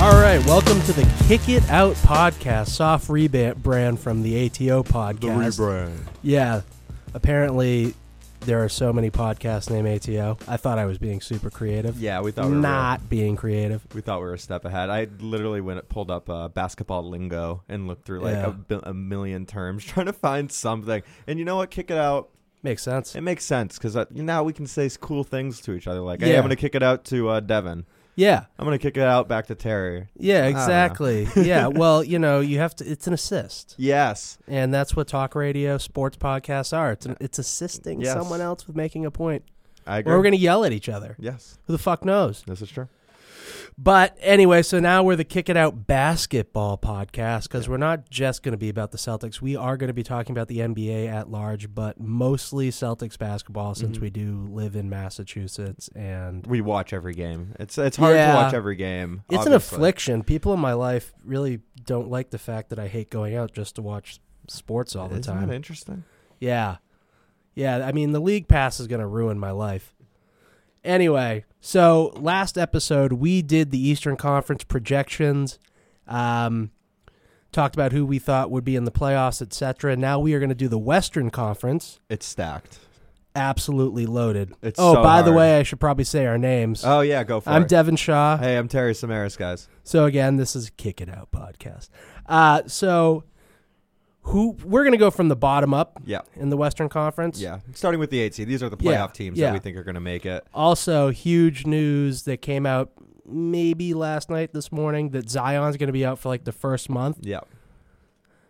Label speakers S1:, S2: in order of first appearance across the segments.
S1: right, welcome to the Kick It Out podcast, soft rebrand from the ATO podcast.
S2: The rebrand.
S1: Yeah, apparently there are so many podcasts named ATO. I thought I was being super creative.
S3: Yeah, we thought we were
S1: not being creative.
S3: We thought we were a step ahead. I literally went pulled up uh, basketball lingo and looked through like um,
S1: Yeah.
S3: a bi- a, million terms trying to find something. And you know what? Kick it out.
S1: Makes sense.
S3: It makes sense because now we can say s- cool things to each other. Like, hey,
S1: Yeah.
S3: I'm gonna kick it out to uh, Devin.
S1: Yeah,
S3: I'm gonna kick it out back to Terry.
S1: yeah,
S3: know.
S1: exactly. yeah, well, you know, you have to. It's an assist,
S3: Yes.
S1: and that's what talk radio, sports podcasts are. It's an, it's assisting
S3: Yes.
S1: someone else with making a point,
S3: I agree.
S1: or we're gonna yell at each other.
S3: yes.
S1: Who the fuck knows?
S3: This is true.
S1: But anyway, so now we're the Kick It Out Basketball podcast because we're not just going to be about the Celtics. We are going to be talking about the NBA at large, but mostly Celtics basketball since
S3: Mm-hmm.
S1: we do live in Massachusetts. And
S3: We watch every game. It's it's hard
S1: Yeah.
S3: to watch every game.
S1: it's an
S3: obviously.
S1: affliction. People in my life really don't like the fact that I hate going out just to watch sports all the
S3: Isn't
S1: time.
S3: that interesting?
S1: Yeah. Yeah, I mean the league pass is going to ruin my life. Anyway, so last episode we did the Eastern Conference projections. Um talked about who we thought would be in the playoffs, etc. Now we are going to do the Western Conference.
S3: It's stacked.
S1: Absolutely loaded.
S3: It's
S1: oh,
S3: so
S1: by the
S3: hard.
S1: way, I should probably say our names.
S3: Oh yeah, go for
S1: I'm
S3: it.
S1: Devin Shaw.
S3: hey, I'm Terry Samaras, guys.
S1: So again, this is Kick It Out podcast. Uh, so who we're going to go from the bottom up
S3: Yeah.
S1: in the Western Conference.
S3: Yeah, starting with the eight seed. These are the playoff
S1: Yeah,
S3: teams
S1: yeah.
S3: that we think are going to make it.
S1: Also, huge news that came out maybe last night, this morning, that Zion's going to be out for like the first month.
S3: Yeah,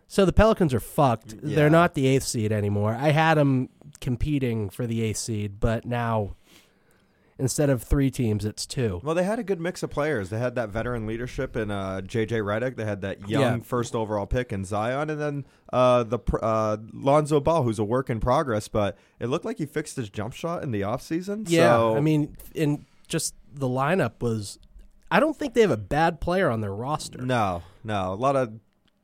S1: So the Pelicans are fucked.
S3: Yeah.
S1: They're not the eighth seed anymore. I had them competing for the eighth seed, but now instead of three teams, it's two.
S3: Well, they had a good mix of players. They had that veteran leadership in uh, JJ Redick. They had that young
S1: Yeah.
S3: first overall pick in Zion, and then uh, the pr- uh, Lonzo Ball, who's a work in progress. But it looked like he fixed his jump shot in the offseason.
S1: Yeah.
S3: so,
S1: I mean, and just the lineup was. I don't think they have a bad player on their roster.
S3: no, no, a lot of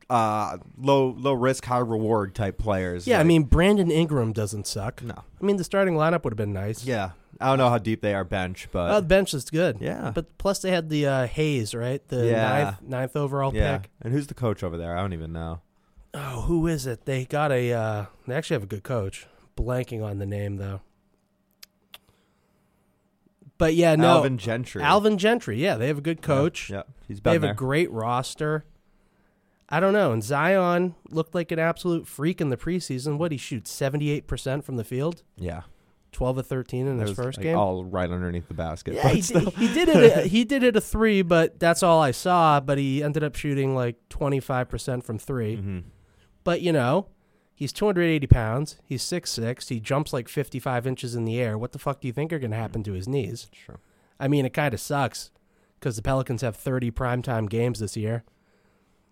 S3: uh, low low risk, high reward type players.
S1: Yeah, I
S3: Like,
S1: mean, Brandon Ingram doesn't suck.
S3: no,
S1: I mean, the starting lineup would have been nice.
S3: yeah, I don't know how deep they are bench, but
S1: Oh, the bench is good.
S3: Yeah.
S1: But plus they had the uh, Hayes, right? The
S3: Yeah.
S1: ninth, ninth overall
S3: yeah.
S1: pick.
S3: And who's the coach over there? I don't even know.
S1: Oh, who is it? They got a uh, they actually have a good coach. Blanking on the name though. But yeah, no.
S3: Alvin Gentry.
S1: Alvin Gentry. Yeah, they have a good coach.
S3: Yeah, he's
S1: They
S3: been
S1: have
S3: there.
S1: a great roster. I don't know. And Zion looked like an absolute freak in the preseason. What he shoots 78% from the field,
S3: yeah.
S1: 12 of 13 in
S3: It
S1: his
S3: was,
S1: first
S3: like,
S1: game.
S3: all right underneath the basket.
S1: Yeah,
S3: but
S1: he
S3: still-
S1: did, he did it. he did it a three, but that's all I saw. But he ended up shooting like twenty five percent from 3
S3: Mhm.
S1: But you know, he's two hundred eighty pounds. He's six six. He jumps like fifty five inches in the air. What the fuck do you think are going to happen to his knees?
S3: Sure.
S1: I mean, it kind of sucks because the Pelicans have thirty primetime games this year.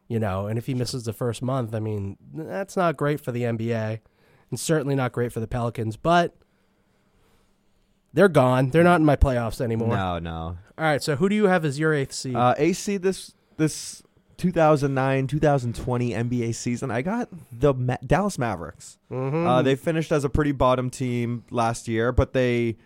S1: You know, and if he misses the first month, I mean, that's not great for the NBA, and certainly not great for the Pelicans. But they're gone. They're not in my playoffs anymore.
S3: No, no.
S1: All right, so who do you have as your eighth seed?
S3: Uh, AC this this 2009 2020 NBA season, I got the Ma- Dallas Mavericks.
S1: Mhm.
S3: Uh, they finished as a pretty bottom team last year, but they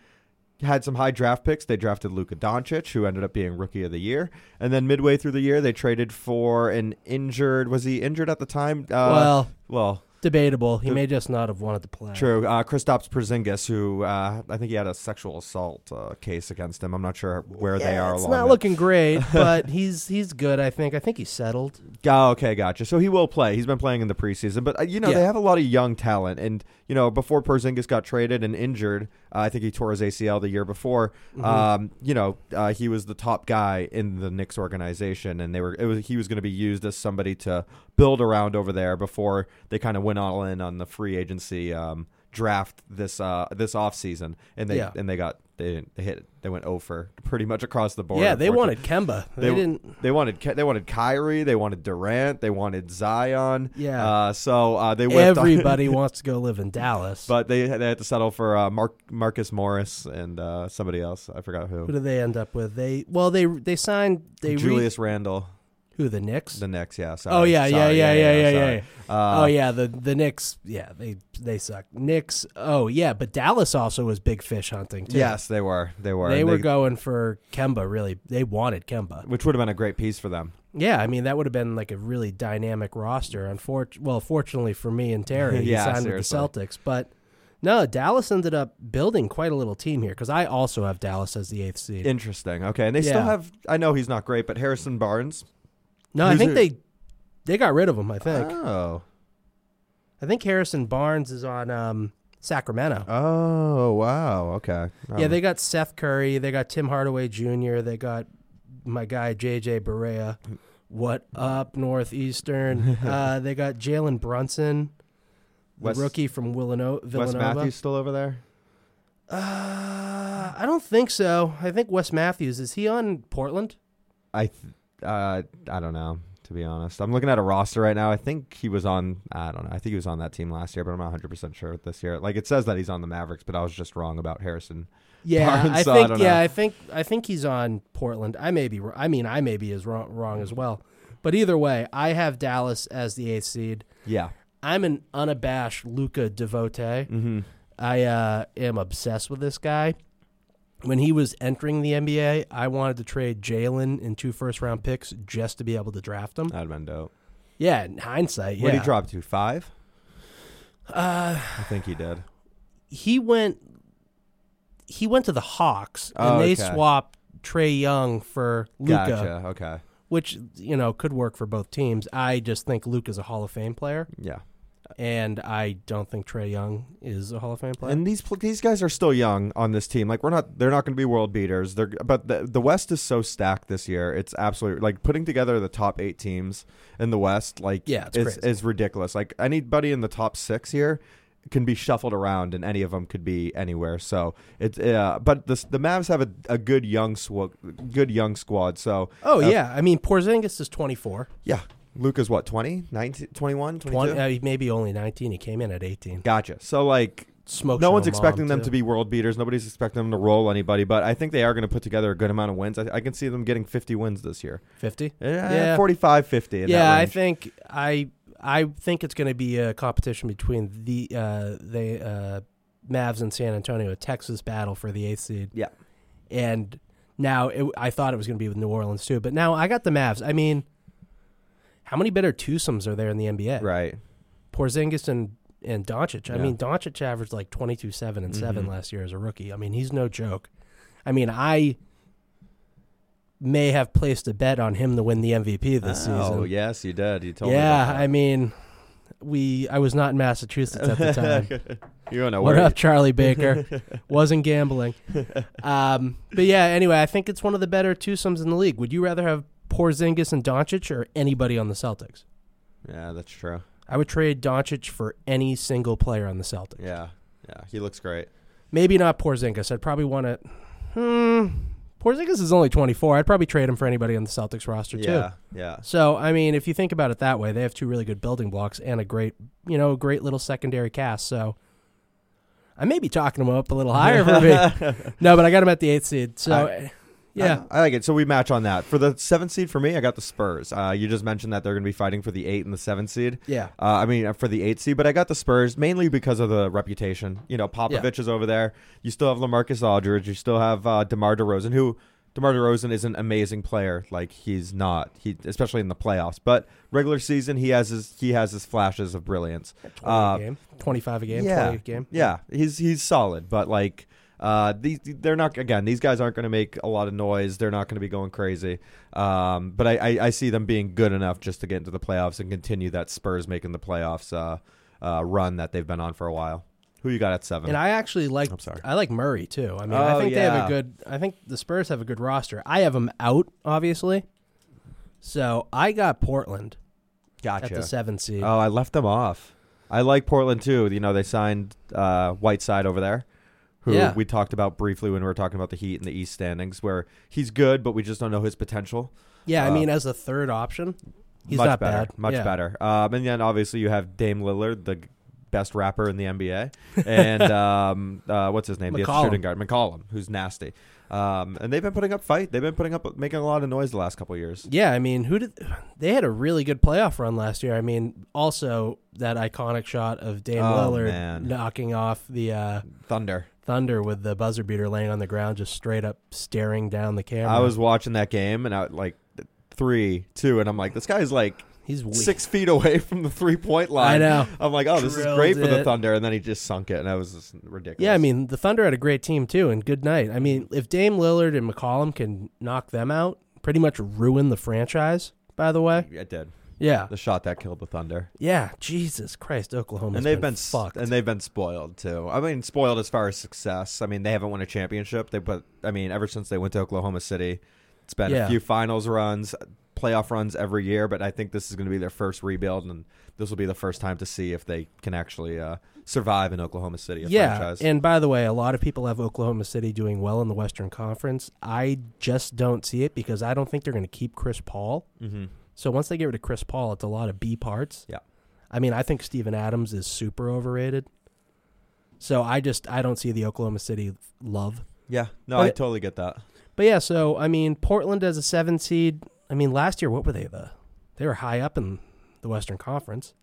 S3: had some high draft picks. They drafted Luka Doncic, who ended up being rookie of the year, and then midway through the year, they traded for an injured. Was he injured at the time? Uh,
S1: well,
S3: well,
S1: debatable. He may just not have wanted to play.
S3: True. Uh, Kristaps Porzingis, who uh, I think he had a sexual assault uh, case against him. I'm not sure where
S1: Yeah,
S3: they are.
S1: It's
S3: along
S1: not
S3: that.
S1: looking great, but he's he's good. I think. I think he's settled.
S3: Oh, okay, gotcha. So he will play. He's been playing in the preseason, but uh, you know
S1: Yeah.
S3: they have a lot of young talent. And you know before Porzingis got traded and injured, uh, I think he tore his ACL the year before.
S1: Mm-hmm.
S3: Um, you know uh, he was the top guy in the Knicks organization, and they were it was he was going to be used as somebody to build around over there before they kind of went all in on the free agency um, draft this uh, this off season, and they
S1: Yeah.
S3: and they got they didn't they hit they went over pretty much across the board.
S1: yeah, they
S3: unfortunately.
S1: wanted Kemba. They, didn't.
S3: They wanted. Ky- They wanted Kyrie. They wanted Durant. They wanted Zion.
S1: Yeah.
S3: Uh, so uh, they whiffed on-
S1: Everybody wants to go live in Dallas.
S3: but they they had to settle for uh, Mark Marcus Morris and uh, somebody else. I forgot
S1: who
S3: who.
S1: do they end up with? They well, they they signed they re-
S3: Julius Randall.
S1: who the Knicks.
S3: The Knicks. Yeah. Sorry.
S1: Oh yeah, yeah,
S3: Sorry,
S1: yeah, yeah, yeah, yeah.
S3: sorry. Uh,
S1: oh yeah, the the Knicks. Yeah, they they suck. Knicks. Oh yeah, but Dallas also was big fish hunting. Too.
S3: Yes, they were. They were.
S1: they
S3: And
S1: were going for Kemba. Really, they wanted Kemba.
S3: which would have been a great piece for them.
S1: Yeah, I mean that would have been like a really dynamic roster. Unfortunately, well, fortunately for me and Terry, he
S3: Yeah,
S1: signed
S3: seriously.
S1: with the Celtics. But no, Dallas ended up building quite a little team here because I also have Dallas as the eighth seed.
S3: Interesting. Okay, and they still
S1: Yeah.
S3: have. I know he's not great, but Harrison Barnes.
S1: no, I
S3: who's
S1: think
S3: it?
S1: they they got rid of him. I think
S3: Oh,
S1: I think Harrison Barnes is on um, Sacramento.
S3: oh, wow. Okay.
S1: Yeah,
S3: Um,
S1: they got Seth Curry, they got Tim Hardaway Jr., they got my guy JJ Barea. What up, Northeastern? uh, they got Jalen Brunson, the
S3: Wes-
S1: rookie from Willano-
S3: Wes
S1: Villanova.
S3: Matthews still over there.
S1: Uh, I don't think so. I think Wes Matthews is he on Portland?
S3: I, th- uh, I don't know. To be honest, I'm looking at a roster right now. I think he was on. I don't know. I think he was on that team last year, but I'm not 100 percent sure this year. Like it says that he's on the Mavericks, but I was just wrong about Harrison.
S1: Yeah,
S3: Barnes,
S1: I
S3: so I
S1: think.
S3: don't
S1: yeah,
S3: know.
S1: I think. I think he's on Portland. I may be. wr- I mean, I may be as wrong, wrong as well. But either way, I have Dallas as the eighth seed.
S3: Yeah.
S1: I'm an unabashed Luca devotee.
S3: Mm-hmm.
S1: I uh, am obsessed with this guy. When he was entering the NBA, I wanted to trade Jalen in two first round picks just to be able to draft him.
S3: That'd have been dope.
S1: Yeah, in hindsight, yeah.
S3: What did Uh. he drop to? Five?
S1: Uh,
S3: I think he did.
S1: he went he went to the Hawks and
S3: Oh,
S1: they
S3: okay.
S1: swapped Trey Young for Luca,
S3: Gotcha. Okay.
S1: which you know could work for both teams. I just think Luca's a Hall of Fame player,
S3: Yeah.
S1: and I don't think Trey Young is a Hall of Fame player.
S3: And these pl- these guys are still young on this team. Like we're not they're not going to be world beaters. They're but the, the West is so stacked this year. It's absolutely like putting together the top 8 teams in the West like
S1: Yeah, it's
S3: is,
S1: crazy.
S3: is ridiculous. Like anybody in the top 6 here can be shuffled around and any of them could be anywhere. So it's uh, but the the Mavs have a, a good young swa- good young squad. So
S1: oh
S3: uh,
S1: yeah, I mean Porzingis is 24.
S3: yeah. Luca's what 20, 19, 21, 22?
S1: One, uh, maybe only 19. He came in at 18.
S3: Gotcha. So like
S1: Smoked
S3: no one's
S1: Shalom
S3: expecting them
S1: too.
S3: to be world beaters. Nobody's expecting them to roll anybody, but I think they are going to put together a good amount of wins. I, I can see them getting 50 wins this year.
S1: 50.
S3: Yeah,
S1: Yeah.
S3: 45, 50. in that
S1: Yeah, I
S3: range.
S1: think I I think it's going to be a competition between the uh, the uh, Mavs and San Antonio, a Texas battle for the eighth seed.
S3: Yeah.
S1: and now it, I thought it was going to be with New Orleans too, but now I got the Mavs. I mean, how many better twosomes are there in the NBA?
S3: Right.
S1: Porzingis and and Doncic. I
S3: Yeah.
S1: mean, Doncic averaged like twenty two seven and seven
S3: Mhm.
S1: last year as a rookie. I mean, he's no joke. I mean, I may have placed a bet on him to win the MVP this
S3: Oh,
S1: season
S3: yes, you did. You told
S1: yeah, I
S3: me.
S1: mean, we I was not in Massachusetts at the time.
S3: you don't know
S1: what
S3: where
S1: up, Charlie Baker? Wasn't gambling. Um, but yeah, anyway, I think it's one of the better twosomes in the league. Would you rather have Porzingis and Doncic or anybody on the Celtics?
S3: you- Yeah, that's true.
S1: I would trade Doncic for any single player on the Celtics.
S3: Yeah. Yeah, he looks great.
S1: Maybe not Porzingis. I'd probably want to. Hmm. Porzingis is only 24. I'd probably trade him for anybody on the Celtics roster too.
S3: Yeah. Yeah.
S1: So I mean, if you think about it that way, they have two really good building blocks and a great, you know, a great little secondary cast. So I may be talking them up a little higher for me. No, but I got them at the eighth seed. So
S3: I-
S1: yeah,
S3: I, I like it. So we match on that. For the seventh seed for me, I got the Spurs. Uh, you just mentioned that they're going to be fighting for the eight and the seventh seed.
S1: yeah,
S3: Uh, I mean, uh, for the eight seed, but I got the Spurs mainly because of the reputation. You know, Popovich is over there. You still have LaMarcus Aldridge. You still have uh, DeMar DeRozan, who DeMar DeRozan is an amazing player. Like he's not, he especially in the playoffs. But regular season, he has his he has his flashes of brilliance.
S1: 20
S3: Uh,
S1: a game, twenty-five a game,
S3: yeah.
S1: twenty a game.
S3: yeah, he's he's solid, but like uh, these they're not again. These guys aren't going to make a lot of noise. They're not going to be going crazy. Um, but I, I, I see them being good enough just to get into the playoffs and continue that Spurs making the playoffs uh, uh, run that they've been on for a while. Who you got at seven?
S1: And I actually like
S3: Oh. I'm sorry.
S1: I like Murray too. I mean, I
S3: Oh,
S1: think they have a
S3: yeah.
S1: good. I think the Spurs have a good roster. I have them out, obviously. So I got Portland at
S3: gotcha.
S1: the seventh seed.
S3: oh, I left them off. I like Portland too. You know they signed uh, Whiteside over there. Who
S1: Yeah.
S3: we talked about briefly when we were talking about the Heat and the East standings, where he's good, but we just don't know his potential.
S1: yeah, I
S3: uh,
S1: mean, as a third option, he's
S3: much
S1: not
S3: better,
S1: bad.
S3: much
S1: Yeah.
S3: better. Um, and then obviously you have Dame Lillard, the g- best rapper in the NBA, and um, uh, what's his name, the
S1: McCollum.
S3: shooting guard, McCollum, who's nasty. Um, and they've been putting up fight. They've been putting up, making a lot of noise the last couple of years.
S1: Yeah, I mean, who did they had a really good playoff run last year. I mean, also that iconic shot of Dame
S3: Oh,
S1: Lillard
S3: man.
S1: knocking off the uh,
S3: Thunder.
S1: Thunder with the buzzer beater laying on the ground, just straight up staring down the camera.
S3: I was watching that game, and I like. th- three, two, and I'm like, this guy's like
S1: He's weak.
S3: six feet away from the three point line.
S1: I know.
S3: I'm like, oh, this is
S1: Drilled
S3: great for the
S1: it.
S3: Thunder, and then he just sunk it, and that was just ridiculous.
S1: Yeah, I mean the Thunder had a great team too, and good night. I mean, if Dame Lillard and McCollum can knock them out, pretty much ruin the franchise. By the way,
S3: it did
S1: yeah,
S3: the shot that killed the Thunder,
S1: yeah. Jesus Christ, Oklahoma.
S3: and they've been, s-
S1: fucked.
S3: and they've been spoiled too. I mean, spoiled as far as success. I mean, they haven't won a championship. They but I mean, ever since they went to Oklahoma City, it's been
S1: Yeah.
S3: a few finals runs. Playoff runs every year, but I think this is going to be their first rebuild, and this will be the first time to see if they can actually uh, survive in Oklahoma City. A
S1: yeah,
S3: franchise.
S1: and by the way, a lot of people have Oklahoma City doing well in the Western Conference. I just don't see it because I don't think they're going to keep Chris Paul.
S3: mm-hmm.
S1: So once they get rid of Chris Paul, it's a lot of B parts.
S3: Yeah.
S1: I mean, I think Steven Adams is super overrated. So I just I don't see the Oklahoma City love.
S3: Yeah, no,
S1: But
S3: I
S1: it-
S3: totally get that.
S1: But yeah, so I mean, Portland as a seven seed. I mean, last year what were they the? They were high up in the Western Conference.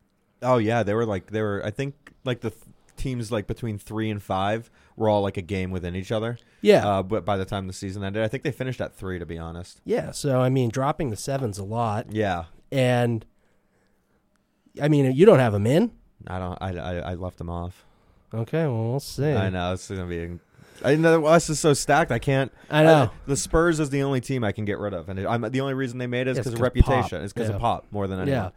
S3: Oh yeah, they were like they were. I think like the th- teams like between three and five were all like a game within each other.
S1: Yeah,
S3: Uh, but by the time the season ended, I think they finished at three. To be honest.
S1: yeah. So I mean, dropping the sevens a lot,
S3: Yeah,
S1: and I mean, you don't have them in.
S3: I don't. I I, I left them off.
S1: Okay, well we'll see.
S3: I know it's gonna be. I know us is so stacked. I can't.
S1: I know.
S3: the Spurs is the only team I can get rid of, and I'm the only reason they made it is
S1: It's
S3: because of
S1: 'cause
S3: reputation.
S1: Pop.
S3: It's because
S1: Yeah.
S3: of Pop more than anyone.
S1: Yeah.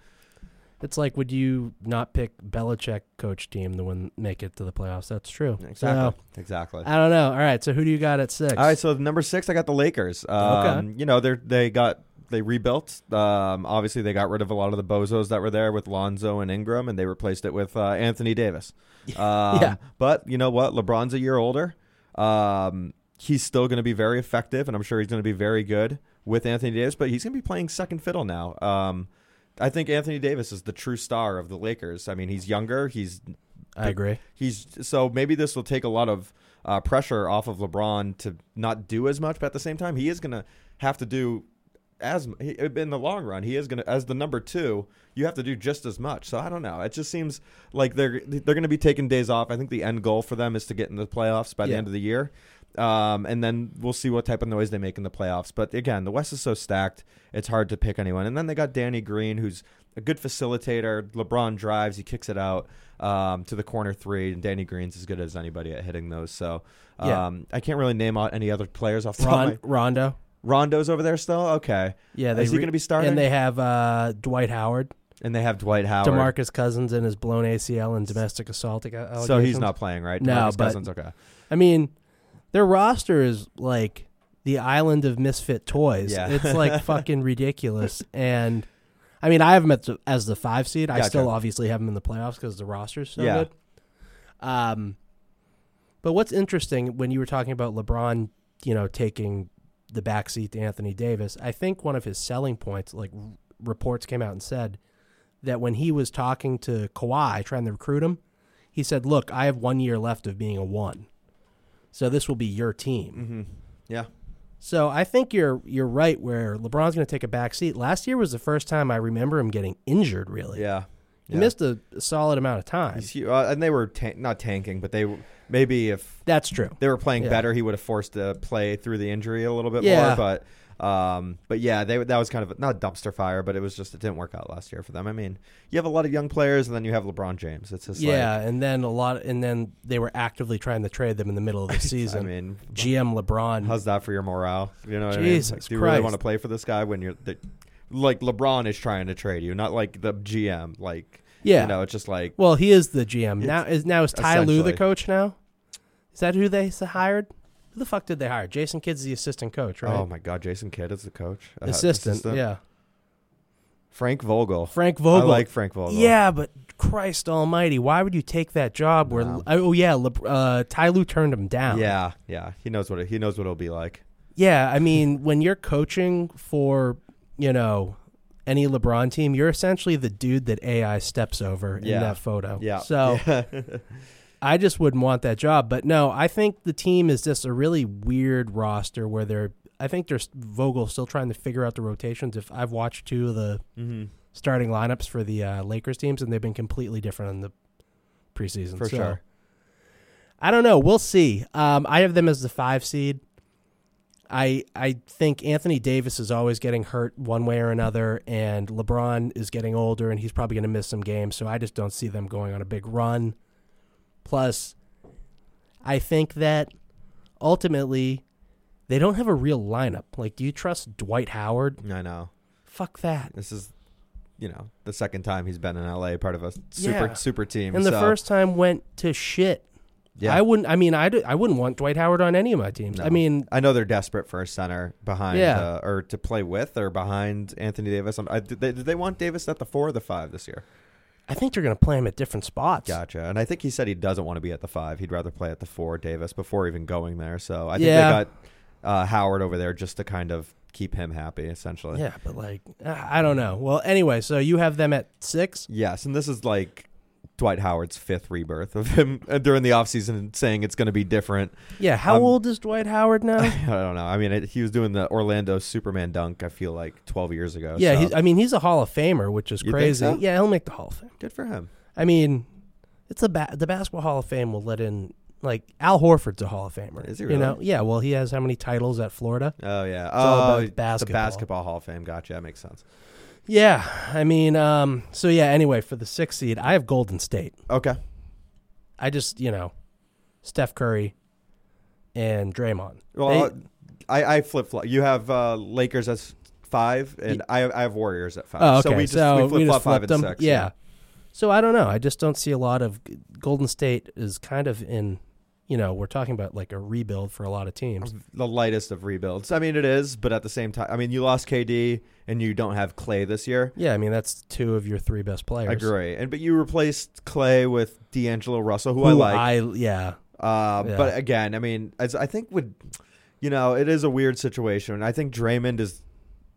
S1: It's like, would you not pick Belichick coach team to win, make it to the playoffs? That's true. So,
S3: Exactly. exactly.
S1: I don't know. All right. So who do you got at six?
S3: All right, so number six, I got the Lakers. Um, You know, they they got they rebuilt. Um, obviously, they got rid of a lot of the bozos that were there with Lonzo and Ingram, and they replaced it with uh, Anthony Davis. Um,
S1: Yeah.
S3: But you know what? LeBron's a year older. Um, he's still going to be very effective, and I'm sure he's going to be very good with Anthony Davis. But he's going to be playing second fiddle now. Um, I think Anthony Davis is the true star of the Lakers. I mean, he's younger. He's
S1: I agree.
S3: He's so maybe this will take a lot of uh, pressure off of LeBron to not do as much, but at the same time, he is going to have to do as m- he- in the long run. He is going to as the number two. You have to do just as much. So I don't know. It just seems like they're they're going to be taking days off. I think the end goal for them is to get in the playoffs by the
S1: Yeah.
S3: end of the year. Um, and then we'll see what type of noise they make in the playoffs. But again, the West is so stacked; it's hard to pick anyone. And then they got Danny Green, who's a good facilitator. LeBron drives, he kicks it out um, to the corner three, and Danny Green's as good as anybody at hitting those. So um,
S1: Yeah.
S3: I can't really name out any other players off the top.
S1: Ron,
S3: of my-
S1: Rondo.
S3: Rondo's over there still. Okay,
S1: Yeah.
S3: is he
S1: re-
S3: going to be starting?
S1: And they have uh, Dwight Howard,
S3: And they have Dwight Howard.
S1: Demarcus Cousins, and his blown ACL and domestic assault. ag- Allegations.
S3: so he's not playing, right?
S1: No,
S3: Demarcus
S1: but-
S3: Cousins, okay.
S1: I mean, their roster is like the island of misfit toys.
S3: Yeah.
S1: It's like fucking ridiculous. And I mean, I have them at the, as the five seed. I
S3: Gotcha.
S1: still obviously have them in the playoffs because the roster's so
S3: Yeah.
S1: good. Um, but what's interesting when you were talking about LeBron, you know, taking the backseat to Anthony Davis, I think one of his selling points, like r- reports came out and said that when he was talking to Kawhi trying to recruit him, he said, "Look, I have one year left of being a one, so this will be your team."
S3: hmm Yeah,
S1: So I think you're you're right where LeBron's going to take a back seat. Last year was the first time I remember him getting injured. Really,
S3: yeah.
S1: he
S3: yeah.
S1: missed a solid amount of time.
S3: He's hu- uh, and they were tan not tanking, but they w- maybe if
S1: That's true.
S3: they were playing
S1: Yeah.
S3: better, he would have forced to play through the injury a little bit
S1: Yeah.
S3: more. But um, but yeah, they that was kind of a, not a dumpster fire, but it was just it didn't work out last year for them. I mean, you have a lot of young players, and then you have LeBron James. It's just
S1: yeah, and then a lot, and then they were actively trying to trade them in the middle of the
S3: like I
S1: season.
S3: mean,
S1: GM LeBron,
S3: how's that for your morale? You know, what I mean?
S1: Jesus
S3: Like, do you really
S1: Christ.
S3: want to play for this guy when you're the, like LeBron is trying to trade you, not like the GM. Like
S1: yeah.
S3: you know, it's just like
S1: well, he is the GM
S3: It's-
S1: now. Is now is Ty Lue the
S3: essentially.
S1: coach now? Is that who they s- hired? Who the fuck did they hire? Jason Kidd's the assistant coach, right?
S3: oh my god, Jason Kidd is the coach, Uh,
S1: assistant, yeah.
S3: Frank Vogel.
S1: Frank Vogel.
S3: I like Frank Vogel.
S1: Yeah, but Christ Almighty, why would you take that job? Where
S3: No.
S1: oh yeah, Leb- uh, Ty Lue turned him down.
S3: yeah, yeah. He knows what it, he knows what it'll be like.
S1: yeah. I mean, when you're coaching for you know any LeBron team, you're essentially the dude that AI steps over
S3: Yeah.
S1: in that photo.
S3: Yeah.
S1: So I just wouldn't want that job. But no, I think the team is just a really weird roster where they're. I think there's Vogel still trying to figure out the rotations. If I've watched two of the
S3: mm-hmm.
S1: starting lineups for the uh, Lakers teams, and they've been completely different in the preseason.
S3: For
S1: So,
S3: sure.
S1: I don't know. We'll see. Um, I have them as the five seed. I I think Anthony Davis is always getting hurt one way or another, and LeBron is getting older, and he's probably going to miss some games. So I just don't see them going on a big run. Plus, I think that ultimately they don't have a real lineup. Like, do you trust Dwight Howard?
S3: I know.
S1: Fuck that.
S3: This is, you know, the second time he's been in LA, part of a super
S1: Yeah.
S3: super team.
S1: And the
S3: so,
S1: first time went to shit.
S3: yeah,
S1: I wouldn't. I mean, I, d- I wouldn't want Dwight Howard on any of my teams.
S3: No.
S1: I mean,
S3: I know they're desperate for a center behind,
S1: Yeah.
S3: uh, or to play with, or behind Anthony Davis. Um, I, did, they, did they want Davis at the four or the five this year?
S1: I think they're going to play him at different spots.
S3: Gotcha. And I think he said he doesn't want to be at the five. He'd rather play at the four, Davis, before even going there. So I think
S1: Yeah.
S3: they got uh, Howard over there just to kind of keep him happy, essentially.
S1: Yeah, but like, I I don't know. Well, anyway, so you have them at six.
S3: Yes, and this is like Dwight Howard's fifth rebirth of him uh, during the offseason saying it's going to be different.
S1: Yeah. How
S3: Um,
S1: old is Dwight Howard now?
S3: I don't know. I mean, it, he was doing the Orlando Superman dunk, I feel like, 12 years ago.
S1: yeah.
S3: so
S1: He's, uh, I mean, he's a Hall of Famer, which is
S3: You think
S1: crazy.
S3: so?
S1: Yeah, he'll make the Hall of Fame.
S3: good for him.
S1: I mean, it's a ba- the basketball Hall of Fame will let in like Al Horford's a Hall of Famer.
S3: Is he
S1: You
S3: really?
S1: know? Yeah. Well, he has how many titles at Florida?
S3: Oh, yeah. oh,
S1: all about
S3: the
S1: basketball.
S3: Basketball Hall of Fame. Gotcha. That makes sense.
S1: Yeah. I mean, um. So yeah. Anyway, for the sixth seed, I have Golden State.
S3: Okay.
S1: I just you know, Steph Curry, and Draymond.
S3: Well, uh,
S1: They-
S3: I, I flip flop. You have uh, Lakers as five, and I, I have Warriors at five.
S1: Oh, okay.
S3: So we just we flip flop five
S1: flipped
S3: and
S1: them.
S3: six.
S1: Yeah. So I don't know. I just don't see a lot of Golden State is kind of in. You know, we're talking about like a rebuild for a lot of teams.
S3: the lightest of rebuilds. I mean, it is, but at the same time, I mean, you lost KD and you don't have Clay this year.
S1: Yeah, I mean that's two of your three best players.
S3: I agree, and but you replaced Clay with D'Angelo Russell, who,
S1: Who
S3: I like.
S1: I yeah.
S3: uh,
S1: yeah.
S3: But again, I mean, as I think would, you know, it is a weird situation. I think Draymond is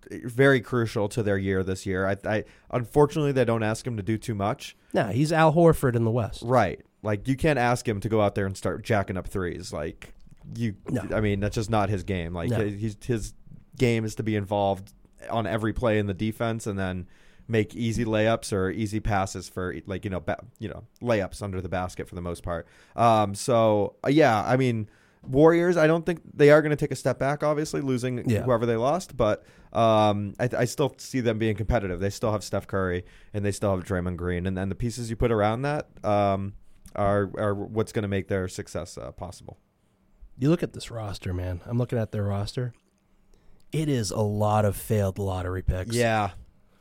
S3: very crucial to their year this year. I, I unfortunately they don't ask him to do too much.
S1: No, he's Al Horford in the West.
S3: Right. Like you can't ask him to go out there and start jacking up threes. Like you
S1: No.
S3: I mean, that's just not his game. Like
S1: No.
S3: he's, his game is to be involved on every play in the defense and then make easy layups or easy passes for like you know, ba- you know, layups under the basket for the most part. Um so uh, yeah, I mean Warriors, I don't think they are going to take a step back. Obviously, losing
S1: Yeah.
S3: whoever they lost, but um, I, I still see them being competitive. They still have Steph Curry and they still have Draymond Green, and then the pieces you put around that um, are are what's going to make their success uh, possible.
S1: You look at this roster, man. I'm looking at their roster. It is a lot of failed lottery picks.
S3: Yeah.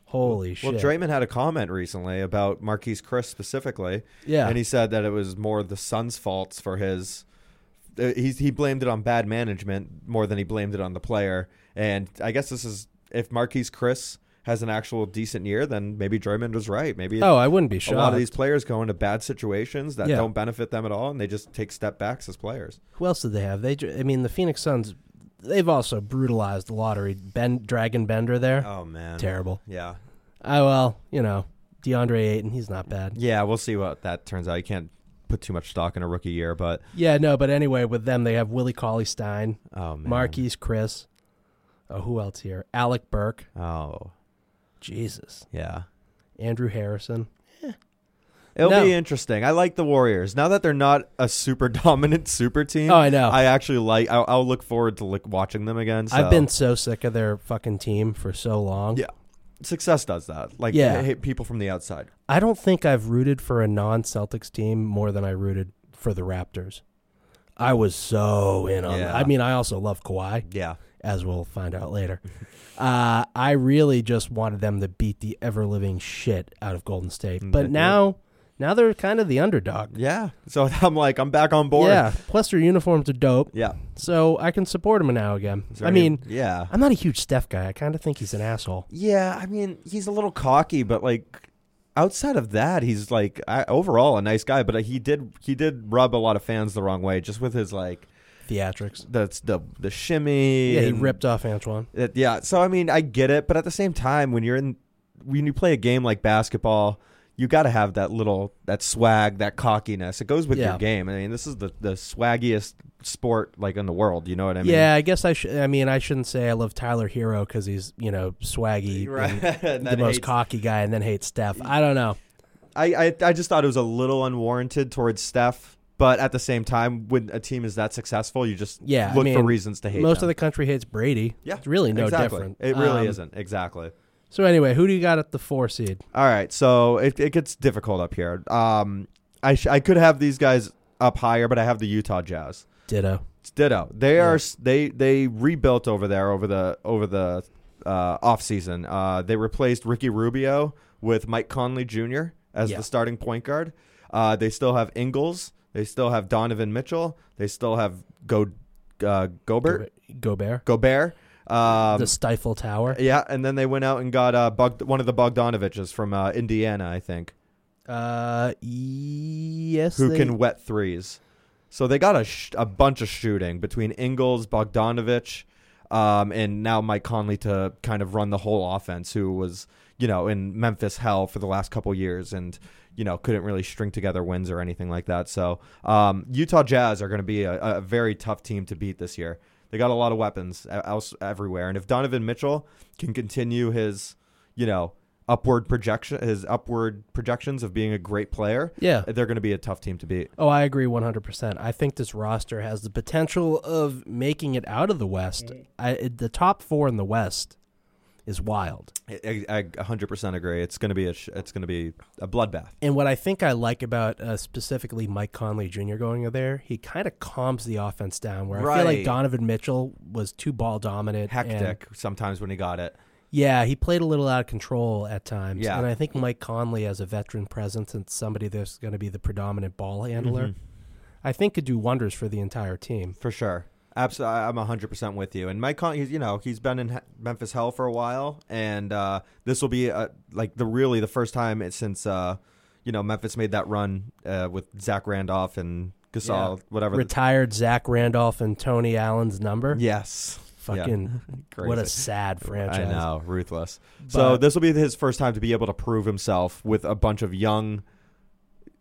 S1: Holy shit.
S3: Well, Draymond had a comment recently about Marquise Chris specifically,
S1: yeah.
S3: and he said that it was more the Suns' faults for his. uh, He he blamed it on bad management more than he blamed it on the player, and I guess this is if Marquise Chris has an actual decent year, then maybe Draymond was right. Maybe it's
S1: oh, I wouldn't be
S3: a lot
S1: shocked.
S3: of these players go into bad situations that
S1: Yeah.
S3: don't benefit them at all, and they just take step backs as players.
S1: Who else did they have? They, ju- I mean, the Phoenix Suns. They've also brutalized the lottery. Ben Dragon Bender there,
S3: Oh man,
S1: terrible.
S3: yeah,
S1: Oh well, you know DeAndre Ayton, he's not bad.
S3: yeah. We'll see what that turns out. You can't put too much stock in a rookie year, but
S1: Yeah, no, but anyway, with them they have Willie Cauley Stein,
S3: oh man,
S1: Marquise Chris, oh, who else here? Alec Burke,
S3: Oh
S1: Jesus,
S3: yeah.
S1: Andrew Harrison.
S3: It'll
S1: No.
S3: be interesting. I like the Warriors now that they're not a super dominant super team.
S1: Oh, I know.
S3: I actually like. I'll, I'll look forward to look, watching them again. So.
S1: I've been so sick of their fucking team for so long.
S3: Yeah. success does that. Like
S1: Yeah.
S3: hit people from the outside.
S1: I don't think I've rooted for a non-Celtics team more than I rooted for the Raptors. I was so in on.
S3: Yeah.
S1: I mean, I also love Kawhi.
S3: Yeah,
S1: as we'll find out later. Uh, I really just wanted them to beat the ever living shit out of Golden State,
S3: Mm, they
S1: but
S3: did.
S1: now, now they're kind of the underdog.
S3: yeah. So I'm like, I'm back on board.
S1: Yeah, plus their uniforms are dope,
S3: yeah.
S1: so I can support them now again.
S3: Is there
S1: I
S3: any-
S1: mean,
S3: yeah.
S1: I'm not a huge Steph guy. I kind of think he's an asshole.
S3: Yeah, I mean, he's a little cocky, but like outside of that, he's like I, overall a nice guy. But uh, he did he did rub a lot of fans the wrong way just with his like
S1: Theatrics.
S3: that's the the shimmy.
S1: Yeah, he
S3: and-
S1: ripped off Antoine.
S3: it- yeah, so I mean, I get it, but at the same time, when you're in when you play a game like basketball. You got to have that little that swag, that cockiness. It goes with
S1: Yeah.
S3: your game. I mean, this is the the swaggiest sport like in the world. You know what I mean?
S1: yeah, I guess I should. I mean, I shouldn't say I love Tyler Hero because he's you know swaggy,
S3: right.
S1: and
S3: And
S1: the
S3: that
S1: most
S3: hates-
S1: cocky guy, and then hates Steph. I don't know.
S3: I, I I just thought it was a little unwarranted towards Steph, But at the same time, when a team is that successful, you just
S1: Yeah, I
S3: look for
S1: mean,
S3: reasons to hate
S1: Most
S3: them.
S1: of the country hates Brady.
S3: yeah,
S1: It's really no
S3: exactly.
S1: different.
S3: It really
S1: Um,
S3: isn't exactly.
S1: So anyway, who do you got at the four seed?
S3: All right, so it, it gets difficult up here. Um, I sh- I could have these guys up higher, but I have the Utah Jazz.
S1: Ditto.
S3: It's ditto. They
S1: Yeah.
S3: are s- they they rebuilt over there over the over the uh, off season. Uh, they replaced Ricky Rubio with Mike Conley Jr. as
S1: Yeah.
S3: the starting point guard. Uh, they still have Ingles. They still have Donovan Mitchell. They still have Go uh, Gobert
S1: Gobert.
S3: Gobert. Um,
S1: the Stifle Tower.
S3: yeah, and then they went out and got uh, Bog- one of the Bogdanoviches from uh, Indiana, I think.
S1: Uh, yes.
S3: who
S1: they-
S3: can wet threes. So they got a, sh- a bunch of shooting between Ingles, Bogdanovich, um, and now Mike Conley to kind of run the whole offense, who was, you know, in Memphis hell for the last couple years and, you know, couldn't really string together wins or anything like that. So um, Utah Jazz are going to be a, a very tough team to beat this year. They got a lot of weapons e- else everywhere. And if Donovan Mitchell can continue his, you know, upward projection, his upward projections of being a great player,
S1: Yeah.
S3: they're going to be a tough team to beat.
S1: Oh, I agree 100%. I think this roster has the potential of making it out of the West.
S3: Mm.
S1: I, the top four in the West is wild.
S3: I, I, I 100% agree. It's going to be a sh- it's going to be a bloodbath.
S1: And what I think I like about uh, specifically Mike Conley Jr. going there, he kind of calms the offense down. Where I feel like
S3: Right.
S1: Donovan Mitchell was too ball dominant, and-
S3: Hectic sometimes when he got it.
S1: yeah, he played a little out of control at times.
S3: Yeah.
S1: and I think Mike Conley, as a veteran presence and somebody that's going to be the predominant ball handler,
S3: Mm-hmm.
S1: I think could do wonders for the entire team.
S3: For sure. Absolutely, I'm 100% with you. And Mike Con- he's, you know, he's been in he- Memphis hell for a while and uh, this will be uh, like the really the first time it, since uh, you know, Memphis made that run uh, with Zach Randolph and Gasol, whatever. the-
S1: Retired Zach Randolph and Tony Allen's number.
S3: yes.
S1: Fucking
S3: Crazy.
S1: what a sad franchise.
S3: I know, ruthless. so
S1: But-
S3: this will be his first time to be able to prove himself with a bunch of young,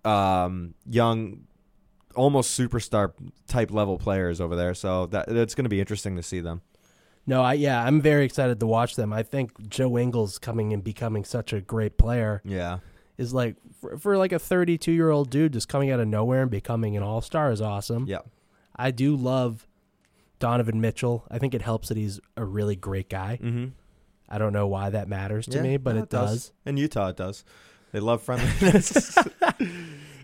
S3: um, young, almost superstar type level players over there. So that that's going to be interesting to see them.
S1: No, I yeah, I'm very excited to watch them. I think Joe Ingles coming and becoming such a great player
S3: Yeah,
S1: is like for, for like a 32 year old dude just coming out of nowhere and becoming an all star is awesome.
S3: yeah,
S1: I do love Donovan Mitchell. I think it helps that he's a really great guy.
S3: mm-hmm.
S1: I don't know why that matters to me, but it does.
S3: In Utah, it does. They love friendliness.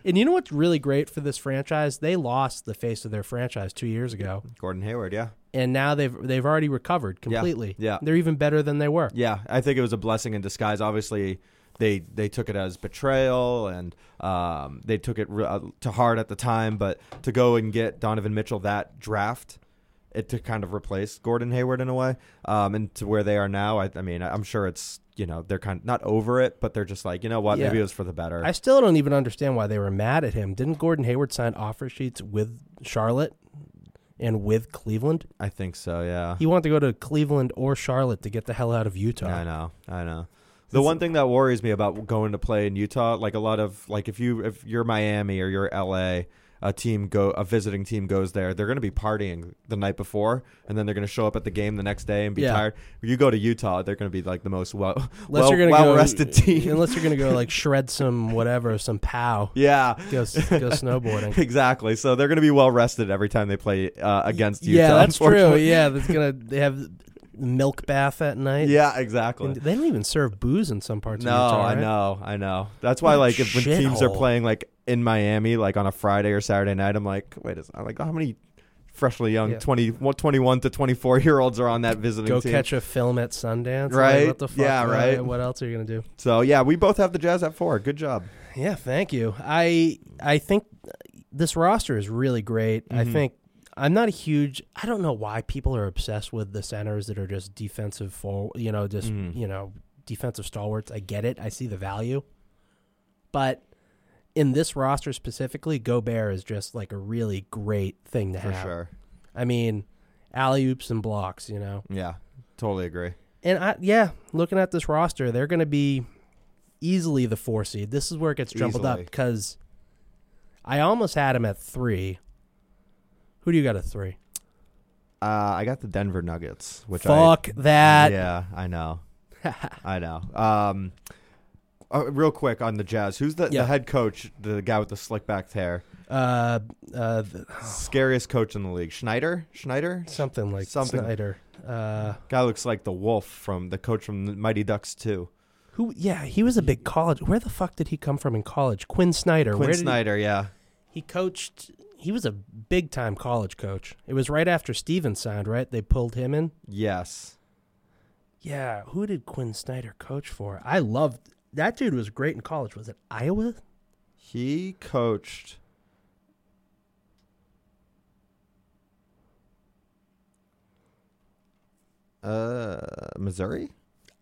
S1: And you know what's really great for this franchise? They lost the face of their franchise two years ago,
S3: Gordon Hayward, yeah,
S1: and now they've they've already recovered
S3: Yeah,
S1: completely.
S3: yeah.
S1: they're even better than they were.
S3: Yeah, I think it was a blessing in disguise. Obviously, they they took it as betrayal, and um, they took it re- uh, to heart at the time. But to go and get Donovan Mitchell that draft, it to kind of replace Gordon Hayward in a way, um, and to where they are now. I, I mean, I'm sure it's you know they're kind of not over it, but they're just like you know what,
S1: Yeah.
S3: maybe it was for the better.
S1: I still don't even understand why they were mad at him. Didn't Gordon Hayward sign offer sheets with Charlotte and with Cleveland?
S3: I think so. Yeah.
S1: He wanted to go to Cleveland or Charlotte to get the hell out of
S3: I
S1: Utah.
S3: know, I know. The one thing that worries me about going to play in Utah, like a lot of like if you if you're Miami or you're LA, a team go a visiting team goes there, they're going to be partying the night before, and then they're going to show up at the game the next day and be
S1: Yeah.
S3: tired. You go to Utah, they're going to be like the most well
S1: Unless you're
S3: well,
S1: gonna
S3: well
S1: go
S3: rested team.
S1: Unless you're gonna go like shred some whatever, some pow.
S3: yeah,
S1: Go s- go snowboarding.
S3: exactly. So they're going to be well rested every time they play uh, against Utah.
S1: yeah, that's true.
S3: unfortunately.
S1: Yeah, that's gonna they have milk bath at night.
S3: Yeah,
S1: And
S3: exactly.
S1: they don't even serve booze in some parts
S3: No,
S1: of Utah.
S3: I
S1: right?
S3: know, I know. That's why, like, if when teams are
S1: shithole.
S3: playing like in Miami, like on a Friday or Saturday night, I'm like, wait, is like how many freshly young
S1: Yeah.
S3: 20, what, 21 to twenty four year olds are on that visiting
S1: Go
S3: team?
S1: catch a film at Sundance. Like,
S3: Right?
S1: what the fuck?
S3: Yeah,
S1: Uh,
S3: right.
S1: What else are you gonna do?
S3: So yeah, we both have the Jazz at four. Good job.
S1: Yeah, thank you. I I think this roster is really great. I
S3: Mhm.
S1: think I'm not a huge. I don't know why people are obsessed with the centers that are just defensive for you know just
S3: Mhm.
S1: you know defensive stalwarts. I get it. I see the value, but in this roster specifically, Gobert is just like a really great thing to
S3: For
S1: have.
S3: sure.
S1: I mean, alley oops and blocks. You know,
S3: Yeah, totally agree.
S1: and I yeah, looking at this roster, they're going to be easily the four seed. This is where it gets jumbled up
S3: Easily.
S1: because I almost had him at three. Who do you got at three?
S3: Uh, I got the Denver Nuggets, which
S1: Fuck
S3: I
S1: that.
S3: yeah, I know, I know. Um, uh, real quick on the Jazz, who's the,
S1: Yeah.
S3: the head coach, the guy with the slick back hair?
S1: Uh, uh, th-
S3: Scariest coach in the league, Schneider. Schneider.
S1: something like
S3: Something.
S1: Snyder. Uh,
S3: Guy looks like the wolf from the coach from the Mighty Ducks too.
S1: who? Yeah, he was a big college. Where the fuck did he come from in college? Quinn Snyder. Where
S3: Quinn
S1: did he-
S3: Snyder. yeah.
S1: He coached. He was a big time college coach. It was right after Stevens signed, right? They pulled him in.
S3: Yes.
S1: Yeah. Who did Quinn Snyder coach for? I loved that dude. Was great in college. Was it Iowa?
S3: He coached. Uh, Missouri.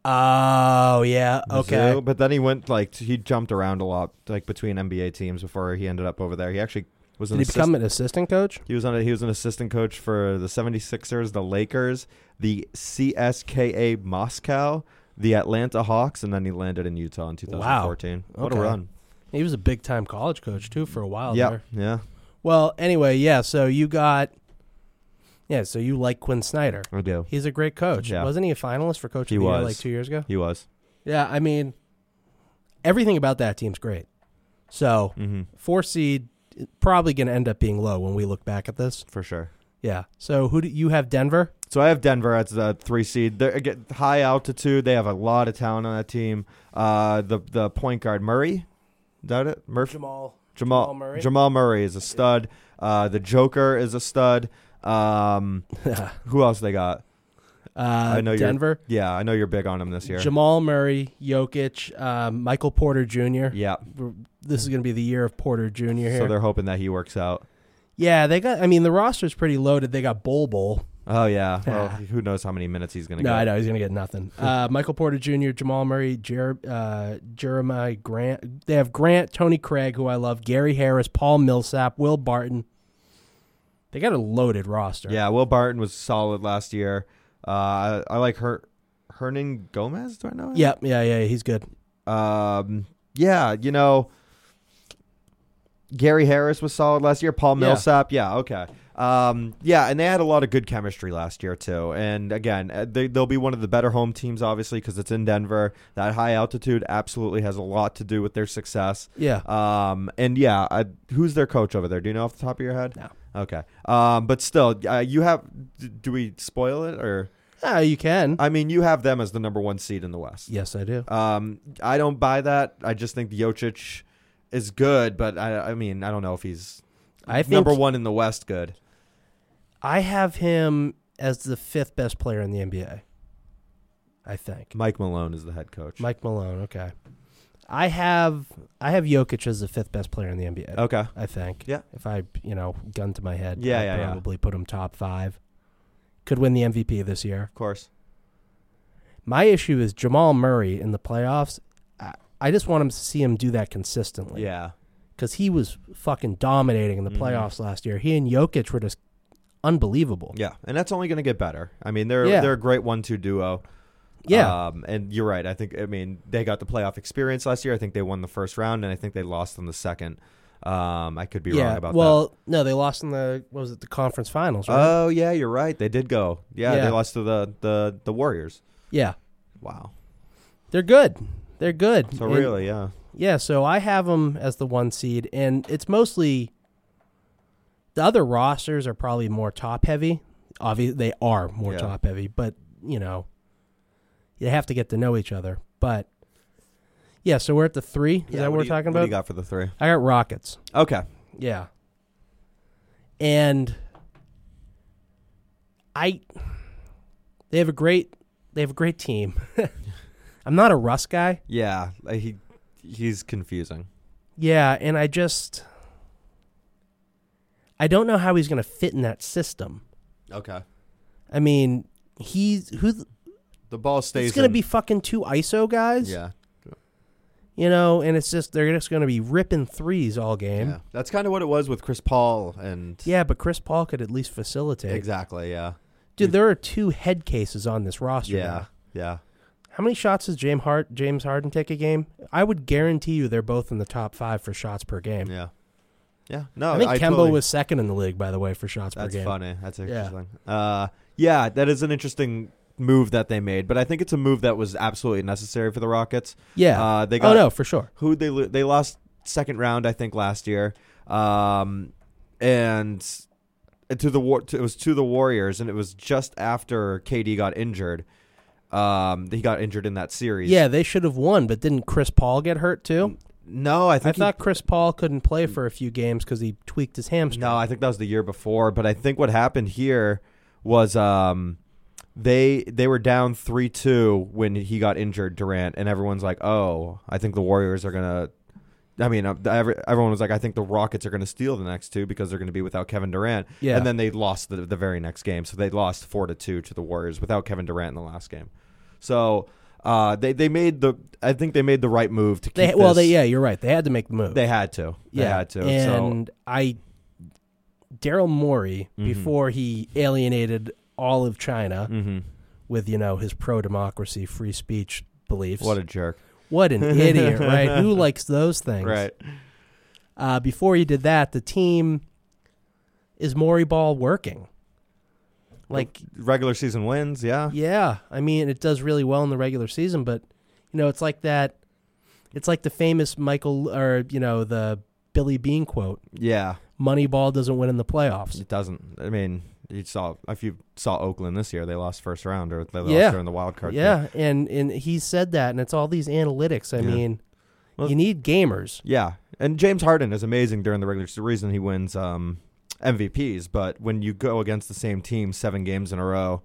S1: Oh yeah. Okay.
S3: Mizzou, but then he went like he jumped around a lot, like between NBA teams before he ended up over there. He actually was an
S1: Did he
S3: assistant.
S1: become an assistant coach?
S3: He was on. A, he was an assistant coach for the 76ers, the Lakers, the CSKA Moscow, the Atlanta Hawks, and then he landed in Utah in 2014. What a
S1: Okay.
S3: run!
S1: He was a big time college coach too for a while
S3: yeah,
S1: there.
S3: yeah,
S1: Well, anyway, yeah. So you got, yeah. So you like Quinn Snyder?
S3: I do.
S1: He's a great coach.
S3: Yeah.
S1: Wasn't he a finalist for coach
S3: He
S1: of the year
S3: was.
S1: like two years ago?
S3: He was.
S1: Yeah. I mean, everything about that team's great. So
S3: hmm
S1: four seed probably going to end up being low when we look back at this.
S3: for sure.
S1: Yeah. So who do you have? Denver.
S3: So I have Denver as the three seed. They're again, high altitude. They have a lot of talent on that team. Uh, the the point guard Murray, is that it? Murphy
S1: Jamal.
S3: Jamal
S1: Jamal Murray?
S3: Jamal Murray is a stud. Uh, the Joker is a stud. Um,
S1: uh,
S3: who else they got?
S1: I
S3: know you're-
S1: Uh, Denver.
S3: Yeah, I know you're big on him this year.
S1: Jamal Murray, Jokic, um, Michael Porter Jr.
S3: yeah,
S1: We're- This is going to be the year of Porter Jr. here.
S3: so they're hoping that he works out.
S1: Yeah, they got. I mean, the roster's pretty loaded. They got Bol Bol.
S3: Oh yeah. Well,
S1: Ah.
S3: who knows how many minutes he's gonna
S1: No, I
S3: get?
S1: know he's gonna get nothing. Uh, Michael Porter Jr., Jamal Murray, Jer- uh, Jeremiah Grant. They have Grant, Tony Craig, who I love, Gary Harris, Paul Millsap, Will Barton. They got a loaded roster.
S3: Yeah, Will Barton was solid last year. Uh, I, I like her. Hernan Gomez, do I know? him?
S1: Yep. Yeah. Yeah. yeah, He's good.
S3: Um, yeah, you know, Gary Harris was solid last year. Paul
S1: Yeah.
S3: Millsap, yeah, okay. Um, yeah, and they had a lot of good chemistry last year too. And again, uh, they, they'll be one of the better home teams, obviously, because it's in Denver. That high altitude absolutely has a lot to do with their success.
S1: Yeah.
S3: Um, and yeah, I, who's their coach over there? Do you know off the top of your head?
S1: No.
S3: Okay. Um, but still, uh, you have. d- Do we spoil it or?
S1: Ah, you can.
S3: I mean, you have them as the number one seed in the West.
S1: yes, I do.
S3: Um, I don't buy that. I just think Jokic is good, but I, I mean, I don't know if he's
S1: I think
S3: number one in the West. Good.
S1: I have him as the fifth best player in the NBA. I think
S3: Mike Malone is the head coach.
S1: Mike Malone. Okay. I have I have Jokic as the fifth best player in the NBA.
S3: Okay.
S1: I think.
S3: Oh. Yeah.
S1: If I, you know, gun to my head,
S3: Yeah,
S1: I'd
S3: yeah, yeah.
S1: probably put him top five. Could win the MVP this year.
S3: Of course.
S1: My issue is Jamal Murray in the playoffs. I, I just want him to see him do that consistently.
S3: Yeah.
S1: Because he was fucking dominating in the
S3: Mhm.
S1: playoffs last year. He and Jokic were just unbelievable.
S3: Yeah. And that's only going to get better. I mean, they're
S1: Yeah.
S3: they're a great one-two duo.
S1: Yeah.
S3: Um, and you're right. I think. I mean, they got the playoff experience last year. I think they won the first round, and I think they lost in the second. Um, I could be
S1: yeah.
S3: wrong about that.
S1: well, no, they lost in the, what was it, the conference finals, right?
S3: Oh yeah, you're right. They did go. Yeah,
S1: Yeah.
S3: they lost to the the the Warriors.
S1: yeah.
S3: Wow.
S1: They're good. They're good.
S3: So
S1: And-
S3: really, yeah.
S1: Yeah, so I have them as the one seed, and it's mostly the other rosters are probably more top heavy. Obviously, they are more
S3: Yeah.
S1: top heavy, but you know, you have to get to know each other. But yeah, so we're at the three. Is
S3: Yeah,
S1: that what, we're
S3: do you-
S1: talking
S3: What do
S1: about?
S3: you got for the three?
S1: I got Rockets.
S3: Okay.
S1: Yeah, and I they have a great they have a great team. I'm not a Russ guy.
S3: Yeah, like, he he's confusing.
S1: Yeah, and I just I don't know how he's going to fit in that system.
S3: Okay.
S1: I mean, he's who th-
S3: The ball stays.
S1: it's going to
S3: in-
S1: be fucking two ISO guys,
S3: Yeah.
S1: you know, and it's just they're just going to be ripping threes all game.
S3: Yeah.
S1: Yeah.
S3: That's kind of what it was with Chris Paul and.
S1: but Chris Paul could at least facilitate.
S3: Exactly. Yeah.
S1: Dude, there are two head cases on this roster.
S3: Yeah.
S1: now.
S3: Yeah.
S1: How many shots does James Hart James Harden take a game? I would guarantee you they're both in the top 5 for shots per game.
S3: Yeah. Yeah. No,
S1: I think Kemba
S3: totally-
S1: was second in the league by the way for shots
S3: That's
S1: per game.
S3: funny. That's
S1: Yeah.
S3: interesting. Uh, yeah, that is an interesting move that they made, but I think it's a move that was absolutely necessary for the Rockets.
S1: Yeah.
S3: Uh, they
S1: oh
S3: got
S1: no, for sure.
S3: who they lo- they lost second round I think last year. um, and to the war. To, it was to the Warriors, and it was just after KD got injured. Um, he got injured in that series.
S1: Yeah, they should have won, but didn't Chris Paul get hurt too?
S3: No, Mm, I
S1: I,
S3: think he-
S1: thought Chris Paul couldn't play for a few games because he tweaked his hamstring.
S3: No, I think that was the year before. But I think what happened here was um, they they were down three two when he got injured, Durant, and everyone's like, "Oh, I think the Warriors are gonna." I mean, uh, every, everyone was like, "I think the Rockets are gonna steal the next two because they're gonna be without Kevin Durant."
S1: Yeah.
S3: and then they lost the, the very next game, so they lost four to two to the Warriors without Kevin Durant in the last game. So. Uh, they they made the I think they made the right move to keep
S1: They, well,
S3: this-
S1: they yeah, you're right. They had to make the move.
S3: they had to they
S1: yeah,
S3: had to so Mm-hmm.
S1: and I, Daryl Morey, before he alienated all of China
S3: mm-hmm.
S1: with you know his pro democracy, free speech beliefs.
S3: what a jerk
S1: What an idiot, right? Who likes those things?
S3: right
S1: Uh, before he did that, the team is Maury Ball working. Like,
S3: regular season wins, yeah.
S1: yeah, I mean, it does really well in the regular season, but you know, it's like that. It's like the famous Michael, or you know, the Billy Bean quote:
S3: Yeah.
S1: "Moneyball doesn't win in the playoffs."
S3: It doesn't. I mean, you saw if you saw Oakland this year, they lost first round or they lost
S1: Yeah.
S3: during the wild card. thing.
S1: Yeah, and and he said that, and it's all these analytics. I
S3: Yeah.
S1: mean,
S3: Well-
S1: you need gamers.
S3: Yeah. And James Harden is amazing during the regular season. The reason he wins um, MVPs, but when you go against the same team seven games in a row,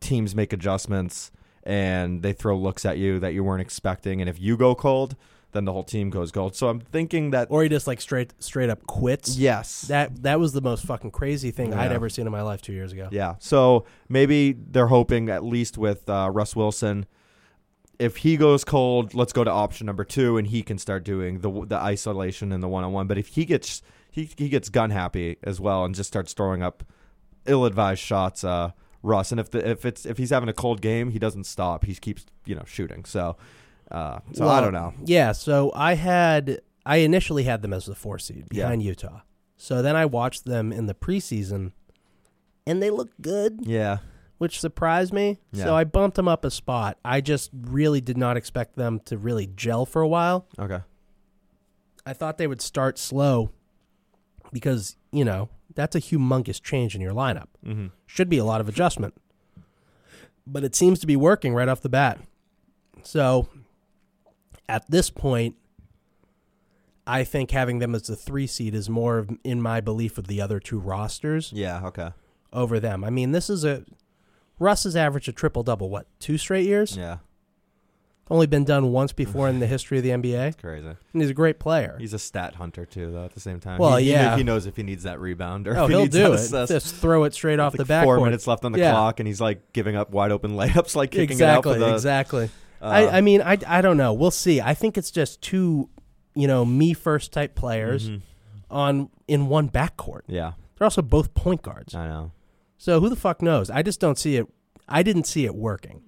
S3: teams make adjustments and they throw looks at you that you weren't expecting. And if you go cold, then the whole team goes cold. So I'm thinking that
S1: Or he just like straight straight up quits.
S3: yes,
S1: That that was the most fucking crazy thing I'd
S3: Yeah.
S1: ever seen in my life two years ago.
S3: Yeah. So maybe they're hoping at least with uh, Russ Wilson, if he goes cold, let's go to option number two, and he can start doing the the isolation and the one on one. But if he gets he he gets gun happy as well and just starts throwing up ill advised shots, uh, Russ. And if the if it's if he's having a cold game, he doesn't stop. He keeps you know shooting. So. Uh, so I
S1: Well,
S3: don't know.
S1: Yeah, so I had I initially had them as the four seed behind Utah. So then I watched them in the preseason, and they looked good,
S3: Yeah,
S1: which surprised me.
S3: Yeah.
S1: So I bumped them up a spot. I just really did not expect them to really gel for a while.
S3: okay.
S1: I thought they would start slow because you know that's a humongous change in your lineup.
S3: Mm-hmm.
S1: Should be a lot of adjustment, but it seems to be working right off the bat. So at this point, I think having them as the three seed is more of, in my belief of the other two rosters
S3: Yeah, okay.
S1: over them. I mean, this is a Russ has averaged a triple double what two straight years?
S3: Yeah,
S1: Only been done once before in the history of the NBA,
S3: crazy.
S1: and he's a great player.
S3: He's a sat hunter too, though. At the same time,
S1: Well,
S3: He- he kn-
S1: yeah.
S3: he knows if he needs that rebound or
S1: Oh,
S3: if he
S1: he'll
S3: needs
S1: do
S3: that
S1: it.
S3: assist.
S1: Just throw it straight off
S3: Like
S1: the backboard.
S3: Four minutes left on the
S1: Yeah.
S3: clock, and he's like giving up wide open layups, like kicking
S1: exactly,
S3: it out for the.
S1: exactly.
S3: uh,
S1: I, I mean, I, I don't know. We'll see. I think it's just two, you know, me first type players
S3: mhm.
S1: on in one backcourt.
S3: Yeah,
S1: They're also both point guards.
S3: I know.
S1: So who the fuck knows? I just don't see it. I didn't see it working,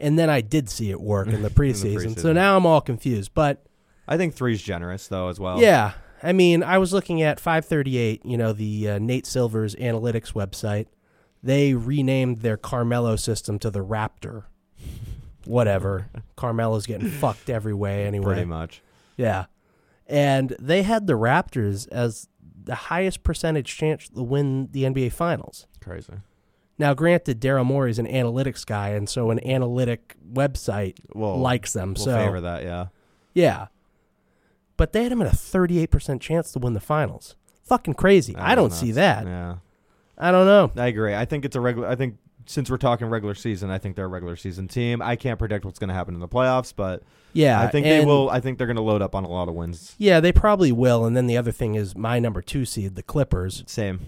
S1: and then I did see it work in the preseason. So
S3: preseason.
S1: now I'm all confused. But
S3: I think three's generous though as well.
S1: yeah, I mean, I was looking at 538. You know, the uh, Nate Silver's analytics website. They renamed their Carmelo system to the Raptor. Whatever. Carmelo's getting fucked every way anyway.
S3: pretty much.
S1: Yeah. And they had the Raptors as the highest percentage chance to win the NBA Finals.
S3: Crazy.
S1: Now, granted, Daryl Morey is an analytics guy, and so an analytic website
S3: Well,
S1: likes them.
S3: Oh, we'll
S1: so,
S3: favor that. Yeah,
S1: yeah. But they had him at a 38% chance to win the finals. Fucking crazy. I, don't
S3: know.
S1: see that.
S3: Yeah,
S1: I don't know.
S3: I agree. I think it's a regular. I think since we're talking regular season, I think they're a regular season team. I can't predict what's going to happen in the playoffs, but
S1: Yeah.
S3: I think they
S1: and-
S3: will. I think they're going to load up on a lot of wins.
S1: Yeah, they probably will. And then the other thing is my number two seed, the Clippers.
S3: Same.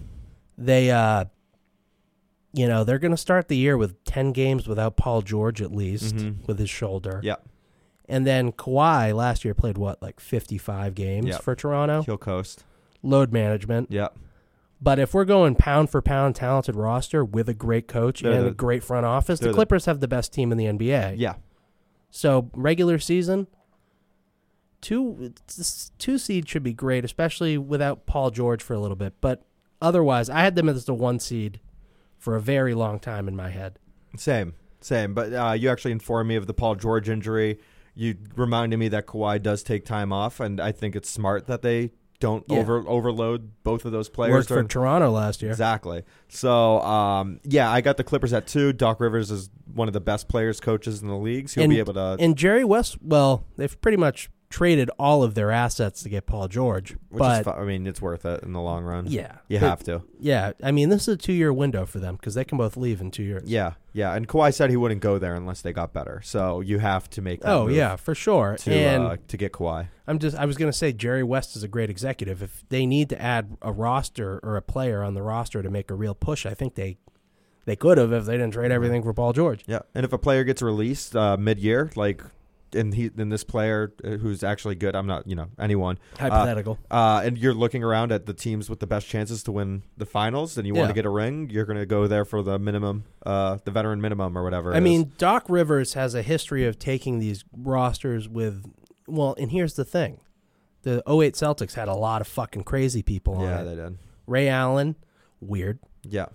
S1: they uh you know they're going to start the year with 10 games without Paul George at least
S3: Mhm.
S1: with his shoulder.
S3: Yep.
S1: And then Kawhi last year played what like 55 games
S3: Yep.
S1: for Toronto.
S3: He'll coast.
S1: Load management.
S3: Yep.
S1: But if we're going pound for pound talented roster with a great coach
S3: They're
S1: and a
S3: the-
S1: great front office, the
S3: they're the-
S1: Clippers have the best team in the NBA.
S3: Yeah.
S1: So regular season two s- two seed should be great, especially without Paul George for a little bit. But otherwise, I had them as the one seed for a very long time in my head.
S3: Same, same. But uh, you actually informed me of the Paul George injury. You reminded me that Kawhi does take time off, and I think it's smart that they don't
S1: Yeah.
S3: over overload both of those players.
S1: Worked for
S3: during-
S1: Toronto last year.
S3: Exactly. So, um, yeah, I got the Clippers at two. Doc Rivers is one of the best players, coaches in the leagues. He'll
S1: And-
S3: be able to,
S1: And Jerry West, well, they've pretty much traded all of their assets to get Paul George.
S3: which
S1: but
S3: is, fu- I mean, it's worth it in the long run.
S1: yeah,
S3: You
S1: But-
S3: have to.
S1: Yeah, I mean, this is a two-year window for them because they can both leave in two years.
S3: Yeah, yeah. And Kawhi said he wouldn't go there unless they got better. So you have to make that
S1: Oh
S3: move
S1: yeah, for sure.
S3: to,
S1: and
S3: uh, to get Kawhi.
S1: I'm just I was gonna say Jerry West is a great executive. If they need to add a roster or a player on the roster to make a real push, I think they they could have if they didn't
S3: Mm-hmm.
S1: trade everything for Paul George.
S3: Yeah, and if a player gets released uh, mid-year, like, and he then this player uh, who's actually good, I'm not, you know, anyone.
S1: Hypothetical.
S3: Uh, and you're looking around at the teams with the best chances to win the finals, and you want
S1: Yeah.
S3: to get a ring, you're going to go there for the minimum, uh, the veteran minimum or whatever. it
S1: I
S3: is.
S1: mean, Doc Rivers has a history of taking these rosters with well, and here's the thing. The 08 Celtics had a lot of fucking crazy people on
S3: yeah,
S1: it.
S3: they did.
S1: Ray Allen, weird.
S3: Yeah,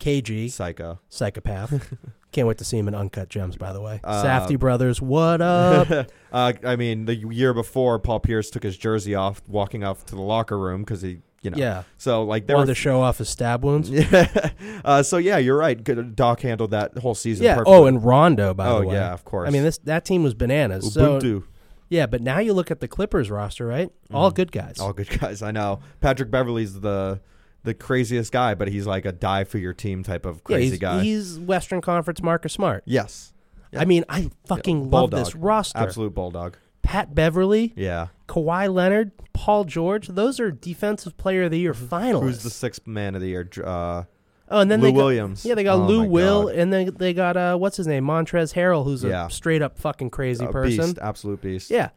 S1: KG,
S3: psycho.
S1: psychopath. Can't wait to see him in Uncut Gems, by the way.
S3: Uh,
S1: Safety Brothers, what up?
S3: Uh, I mean, the year before, Paul Pierce took his jersey off, walking off to the locker room because he, you know,
S1: Yeah.
S3: So like there
S1: Wanted
S3: were.
S1: to show off his stab wounds.
S3: yeah. Uh, so yeah, you're right. Good- Doc handled that whole season.
S1: Yeah.
S3: Perfectly.
S1: Oh, and Rondo, by
S3: oh
S1: the way.
S3: yeah, of course.
S1: I mean, this that team was bananas. So
S3: Ubuntu.
S1: yeah, but now you look at the Clippers roster, right? All good guys.
S3: Mm-hmm. All good guys. I know Patrick Beverly's the the craziest guy, but he's like a die for your team type of
S1: yeah,
S3: crazy
S1: he's,
S3: guy.
S1: he's Western Conference Marcus Smart.
S3: yes, Yeah.
S1: I mean, I fucking love this
S3: Bulldog.
S1: roster.
S3: absolute bulldog.
S1: Pat Beverly,
S3: Yeah,
S1: Kawhi Leonard, Paul George, those are defensive player of the year finalists.
S3: Mm-hmm. who's the sixth man of the year? Dr- Uh,
S1: oh, and then
S3: Lou
S1: they got,
S3: Williams.
S1: Yeah, they got
S3: Oh
S1: Lou
S3: my
S1: Will,
S3: God.
S1: and then they got uh, what's his name, Montrez Harrell, who's
S3: Yeah.
S1: a straight up fucking crazy
S3: A
S1: person.
S3: beast, absolute beast.
S1: Yeah,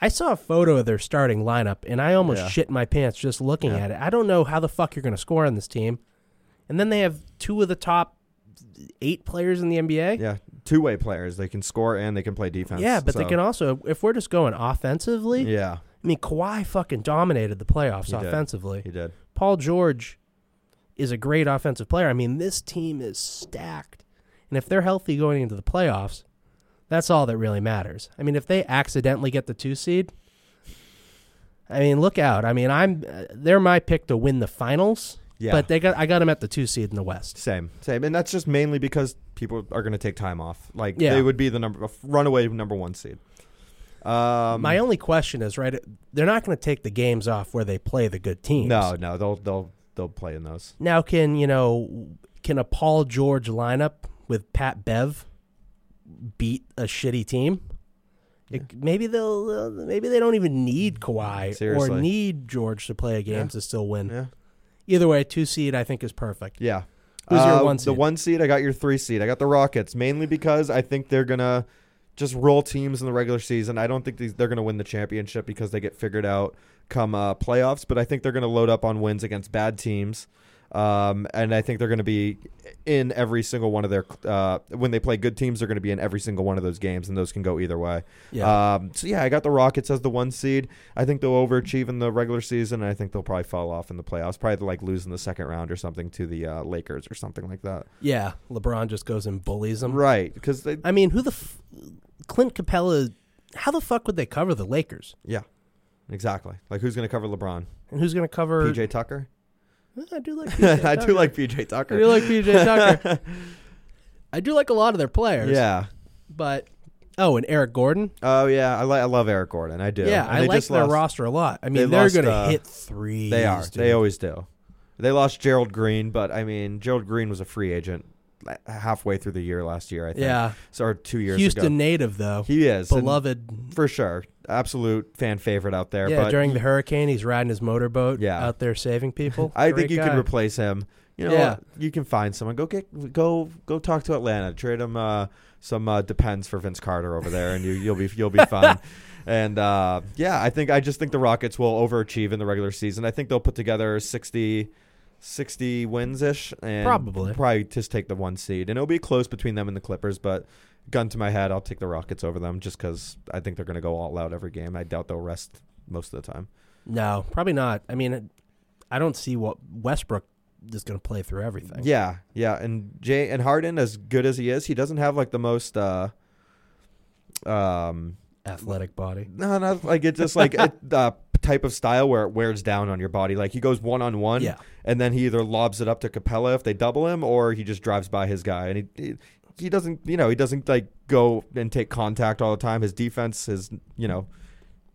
S1: I saw a photo of their starting lineup, and I almost
S3: Yeah.
S1: shit my pants just looking
S3: Yeah.
S1: at it. I don't know how the fuck you're going to score on this team, and then they have two of the top eight players in the NBA.
S3: yeah, two way players. They can score and they can play defense.
S1: Yeah, but they
S3: so-
S1: can also, if we're just going offensively,
S3: Yeah,
S1: I mean, Kawhi fucking dominated the playoffs
S3: He did.
S1: offensively.
S3: he did.
S1: Paul George is a great offensive player. I mean, this team is stacked. And if they're healthy going into the playoffs, that's all that really matters. I mean, if they accidentally get the 2 seed, I mean, look out. I mean, I'm uh, they're my pick to win the finals,
S3: Yeah,
S1: but they got I got them at the 2 seed in the West.
S3: Same, same, and that's just mainly because people are going to take time off. Like
S1: Yeah.
S3: they would be the number runaway number one seed. Um,
S1: my only question is, right, they're not going to take the games off where they play the good teams.
S3: no, no, they'll they'll they'll play in those.
S1: Now can, you know, can a Paul George lineup with Pat Bev beat a shitty team? It- maybe they'll uh, maybe they don't even need Kawhi or
S3: Seriously.
S1: need George to play a game
S3: Yeah.
S1: to still win.
S3: Yeah,
S1: Either way, 2 seed I think is perfect.
S3: yeah.
S1: Who's your
S3: Uh,
S1: one
S3: The
S1: seed?
S3: one seed. I got your three seed. I got the Rockets mainly because I think they're gonna just roll teams in the regular season. I don't think these, they're gonna win the championship because they get figured out come uh, playoffs. But I think they're gonna load up on wins against bad teams. Um, and I think they're going to be in every single one of their uh, when they play good teams, they're going to be in every single one of those games, and those can go either way.
S1: Yeah.
S3: Um, so yeah, I got the Rockets as the one seed. I think they'll overachieve in the regular season, and I think they'll probably fall off in the playoffs. Probably like lose in the second round or something to the uh, Lakers or something like that.
S1: Yeah, LeBron just goes and bullies them.
S3: Right? Because they
S1: I mean, who the f- Clint Capella how the fuck would they cover the Lakers?
S3: yeah, exactly. Like who's going to cover LeBron?
S1: And who's going to cover Eh,
S3: PJ Tucker.
S1: I do like PJ
S3: I
S1: Tucker.
S3: do like PJ
S1: I
S3: Tucker.
S1: do like PJ Tucker. I do like a lot of their players.
S3: yeah.
S1: But oh, and Eric Gordon.
S3: Oh yeah. I, li- I love Eric Gordon. I do.
S1: Yeah,
S3: And
S1: I
S3: they
S1: like
S3: just
S1: their
S3: lost-
S1: roster a lot. I mean,
S3: they
S1: they are
S3: lost,
S1: going to
S3: uh,
S1: hit three.
S3: They are. They always do. They lost Gerald Green, but I mean, Gerald Green was a free agent like, halfway through the year last year. I think.
S1: Yeah,
S3: So or two years
S1: Houston
S3: ago.
S1: native though,
S3: He is and
S1: beloved.
S3: for sure, absolute fan favorite out there.
S1: Yeah,
S3: but
S1: during the hurricane, he's riding his motorboat.
S3: Yeah.
S1: out there saving people.
S3: I
S1: Great
S3: think you
S1: guy.
S3: can replace him. You know,
S1: Yeah.
S3: you can find someone. Go get go go talk to Atlanta. Trade him uh, some uh, depends for Vince Carter over there, and you you'll be you'll be fine. And uh, yeah, I think I just think the Rockets will overachieve in the regular season. I think they'll put together 60, 60 wins ish, and
S1: Probably.
S3: probably just take the one seed, and it'll be close between them and the Clippers. But gun to my head, I'll take the Rockets over them just because I think they're going to go all out every game. I doubt they'll rest most of the time.
S1: No, probably not. I mean, I don't see what Westbrook is going to play through everything.
S3: Yeah, yeah, and Jay and Harden, as good as he is, he doesn't have like the most. uh Um,
S1: Athletic body.
S3: no, not like it. Just like it, uh, type of style where it wears down on your body. Like he goes one on one,
S1: Yeah.
S3: and then he either lobs it up to Capella if they double him, or he just drives by his guy, and he. he he doesn't, you know, he doesn't like go and take contact all the time. His defense is, you know,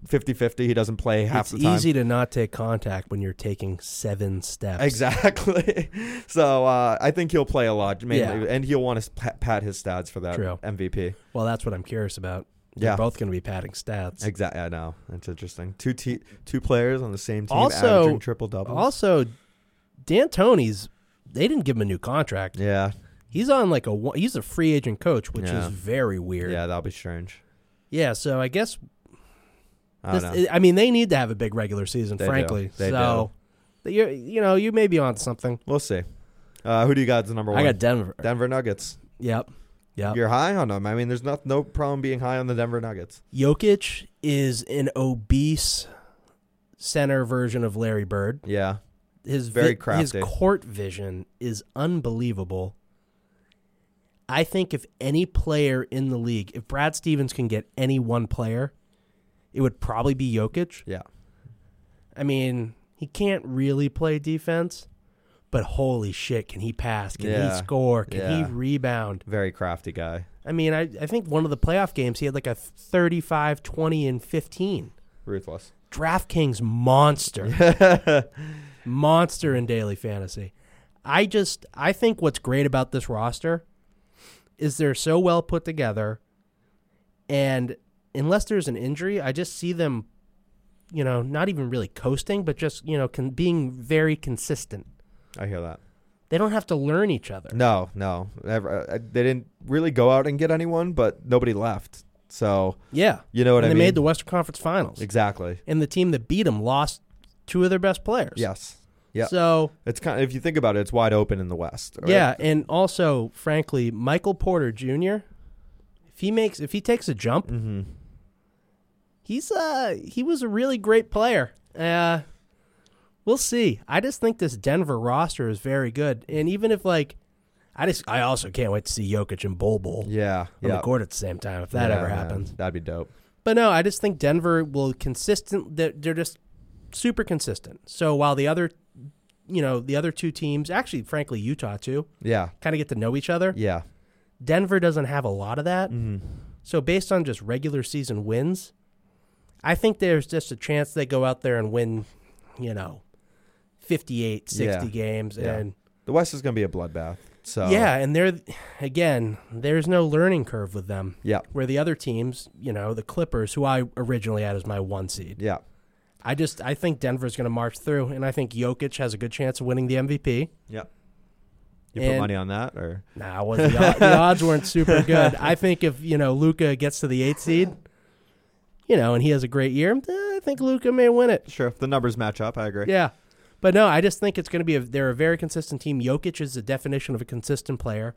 S3: 50-50. He doesn't play half
S1: it's
S3: the time.
S1: easy to not take contact when you're taking seven steps.
S3: Exactly. So uh, I think he'll play a lot, mainly,
S1: Yeah.
S3: and he'll want to pat, pat his stats for that
S1: True.
S3: MVP.
S1: Well, that's what I'm curious about. They're
S3: Yeah.
S1: both going to be padding stats.
S3: Exactly. I know. It's interesting. Two te- two players on the same team
S1: Also-
S3: averaging triple doubles.
S1: Also, Dan Tony's they didn't give him a new contract.
S3: yeah.
S1: He's on like a one- he's a free agent coach, which
S3: Yeah.
S1: is very weird.
S3: Yeah, that'll be strange.
S1: Yeah, so I guess
S3: I
S1: this,
S3: don't know.
S1: I mean they need to have a big regular season,
S3: They do.
S1: frankly.
S3: They
S1: so you you know you may be on something.
S3: we'll see. Uh, who do you got as number one?
S1: I got Oh. Denver.
S3: Denver Nuggets.
S1: Yep, yep.
S3: You're high on them. I mean, there's not no problem being high on the Denver Nuggets.
S1: Jokic is an obese center version of Larry Bird.
S3: Yeah.
S1: His
S3: Very
S1: His
S3: crafty.
S1: court vision is unbelievable. I think if any player in the league, if Brad Stevens can get any one player, it would probably be Jokic.
S3: Yeah.
S1: I mean, he can't really play defense, but holy shit, can he pass? Can
S3: Yeah.
S1: he score? Can
S3: Yeah.
S1: he rebound?
S3: Very crafty guy.
S1: I mean, I, I think one of the playoff games he had like a 35, 20, and 15.
S3: Ruthless.
S1: DraftKings monster. monster in daily fantasy. I just I think what's great about this roster is they're so well put together and unless there's an injury, I just see them you know, not even really coasting, but just, you know, con- being very consistent.
S3: I hear that.
S1: They don't have to learn each other.
S3: No, no. Ever, uh, they didn't really go out and get anyone, but nobody left. So
S1: Yeah.
S3: you know what
S1: and
S3: I
S1: they
S3: mean.
S1: made the Western Conference Finals.
S3: Exactly.
S1: And the team that beat them lost two of their best players.
S3: Yes. Yeah.
S1: So
S3: It's kind of, if you think about it, it's wide open in the West. right?
S1: Yeah, and also, frankly, Michael Porter Jr. If he makes, if he takes a jump,
S3: Mm-hmm.
S1: he's uh he was a really great player. Uh, we'll see. I just think this Denver roster is very good, and even if like, I just I also can't wait to see Jokic and Bol Bol
S3: Yeah.
S1: on
S3: yeah.
S1: the court at the same time if that
S3: Yeah,
S1: ever
S3: man.
S1: happens.
S3: That'd be dope.
S1: But no, I just think Denver will consistent. They're, they're just super consistent. So while the other, you know, the other two teams, actually, frankly, Utah too,
S3: Yeah.
S1: kind of get to know each other.
S3: Yeah. Mm. Mm-hmm.
S1: Denver doesn't have a lot of that. So based on just regular season wins, I think there's just a chance they go out there and win, you know, 58, 60
S3: Yeah.
S1: games
S3: Yeah.
S1: and
S3: The West is going to be a bloodbath. So
S1: yeah, and they're again, there's no learning curve with them.
S3: Yeah.
S1: Where the other teams, you know, the Clippers who I originally had as my one seed.
S3: Yeah.
S1: I just I think Denver's going to march through and I think Jokic has a good chance of winning the MVP.
S3: Yeah. You put
S1: And-
S3: money on that, or
S1: Nah, it wasn't, the, od- the odds weren't super good. I think if you know Luca gets to the eighth seed, you know, and he has a great year, eh, I think Luca may win it.
S3: sure if the numbers match up, I agree.
S1: Yeah, but no, I just think it's going to be a they're a very consistent team. Jokic is the definition of a consistent player.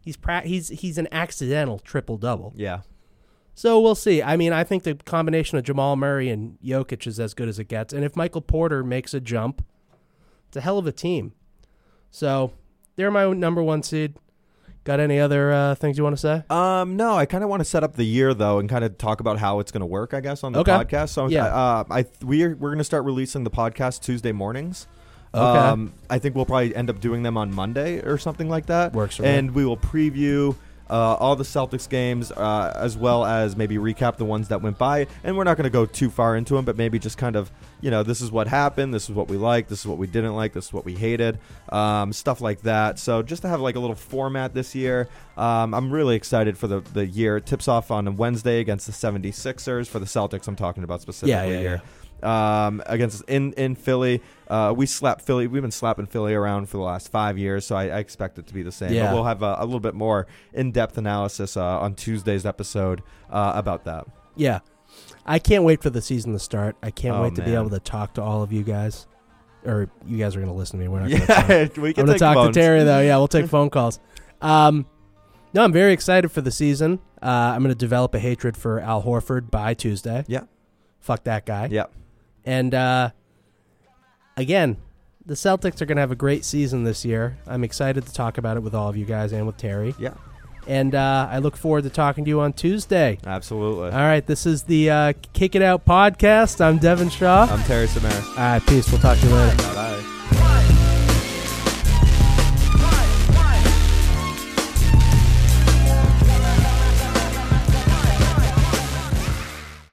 S1: He's pra- he's he's an accidental triple double.
S3: Yeah.
S1: So we'll see. I mean, I think the combination of Jamal Murray and Jokic is as good as it gets. And if Michael Porter makes a jump, it's a hell of a team. So they're my number one seed. Got any other uh, things you want to say?
S3: Um, no, I kind of want to set up the year though, and kind of talk about how it's going to work. I guess on the
S1: Okay.
S3: podcast. So
S1: Yeah.
S3: uh, I th- we're we're going to start releasing the podcast Tuesday mornings.
S1: Okay.
S3: Um, I think we'll probably end up doing them on Monday or something like that.
S1: Works for me.
S3: and we will preview. Uh, all the Celtics games, uh, as well as maybe recap the ones that went by, and we're not going to go too far into them, but maybe just kind of, you know, this is what happened, this is what we liked, this is what we didn't like, this is what we hated, um, stuff like that. So just to have like a little format this year, um, I'm really excited for the the year. It tips off on Wednesday against the 76ers for the Celtics. I'm talking about specifically
S1: Yeah, yeah,
S3: here
S1: yeah.
S3: um, against in in Philly. Uh, we slapped Philly. We've been slapping Philly around for the last five years, so I, I expect it to be the same.
S1: Yeah.
S3: But we'll have a, a little bit more in depth analysis uh, on Tuesday's episode uh, about that.
S1: Yeah. I can't wait for the season to start. I can't
S3: Oh,
S1: wait to be
S3: man.
S1: able to talk to all of you guys. Or you guys are going to listen to me. We're not going to talk.
S3: Yeah, we
S1: I'm going
S3: can
S1: to
S3: take
S1: talk
S3: phones.
S1: to Terry, though. Yeah, we'll take phone calls. Um, no, I'm very excited for the season. Uh, I'm going to develop a hatred for Al Horford by Tuesday.
S3: Yeah.
S1: Fuck that guy.
S3: Yeah,
S1: And uh, again, the Celtics are going to have a great season this year. I'm excited to talk about it with all of you guys and with Terry.
S3: yeah.
S1: And uh, I look forward to talking to you on Tuesday.
S3: Absolutely.
S1: All right, this is the uh, Kick It Out podcast. I'm Devin Shaw.
S3: I'm Terry Samara.
S1: All right, peace. We'll talk to you later.
S3: Bye.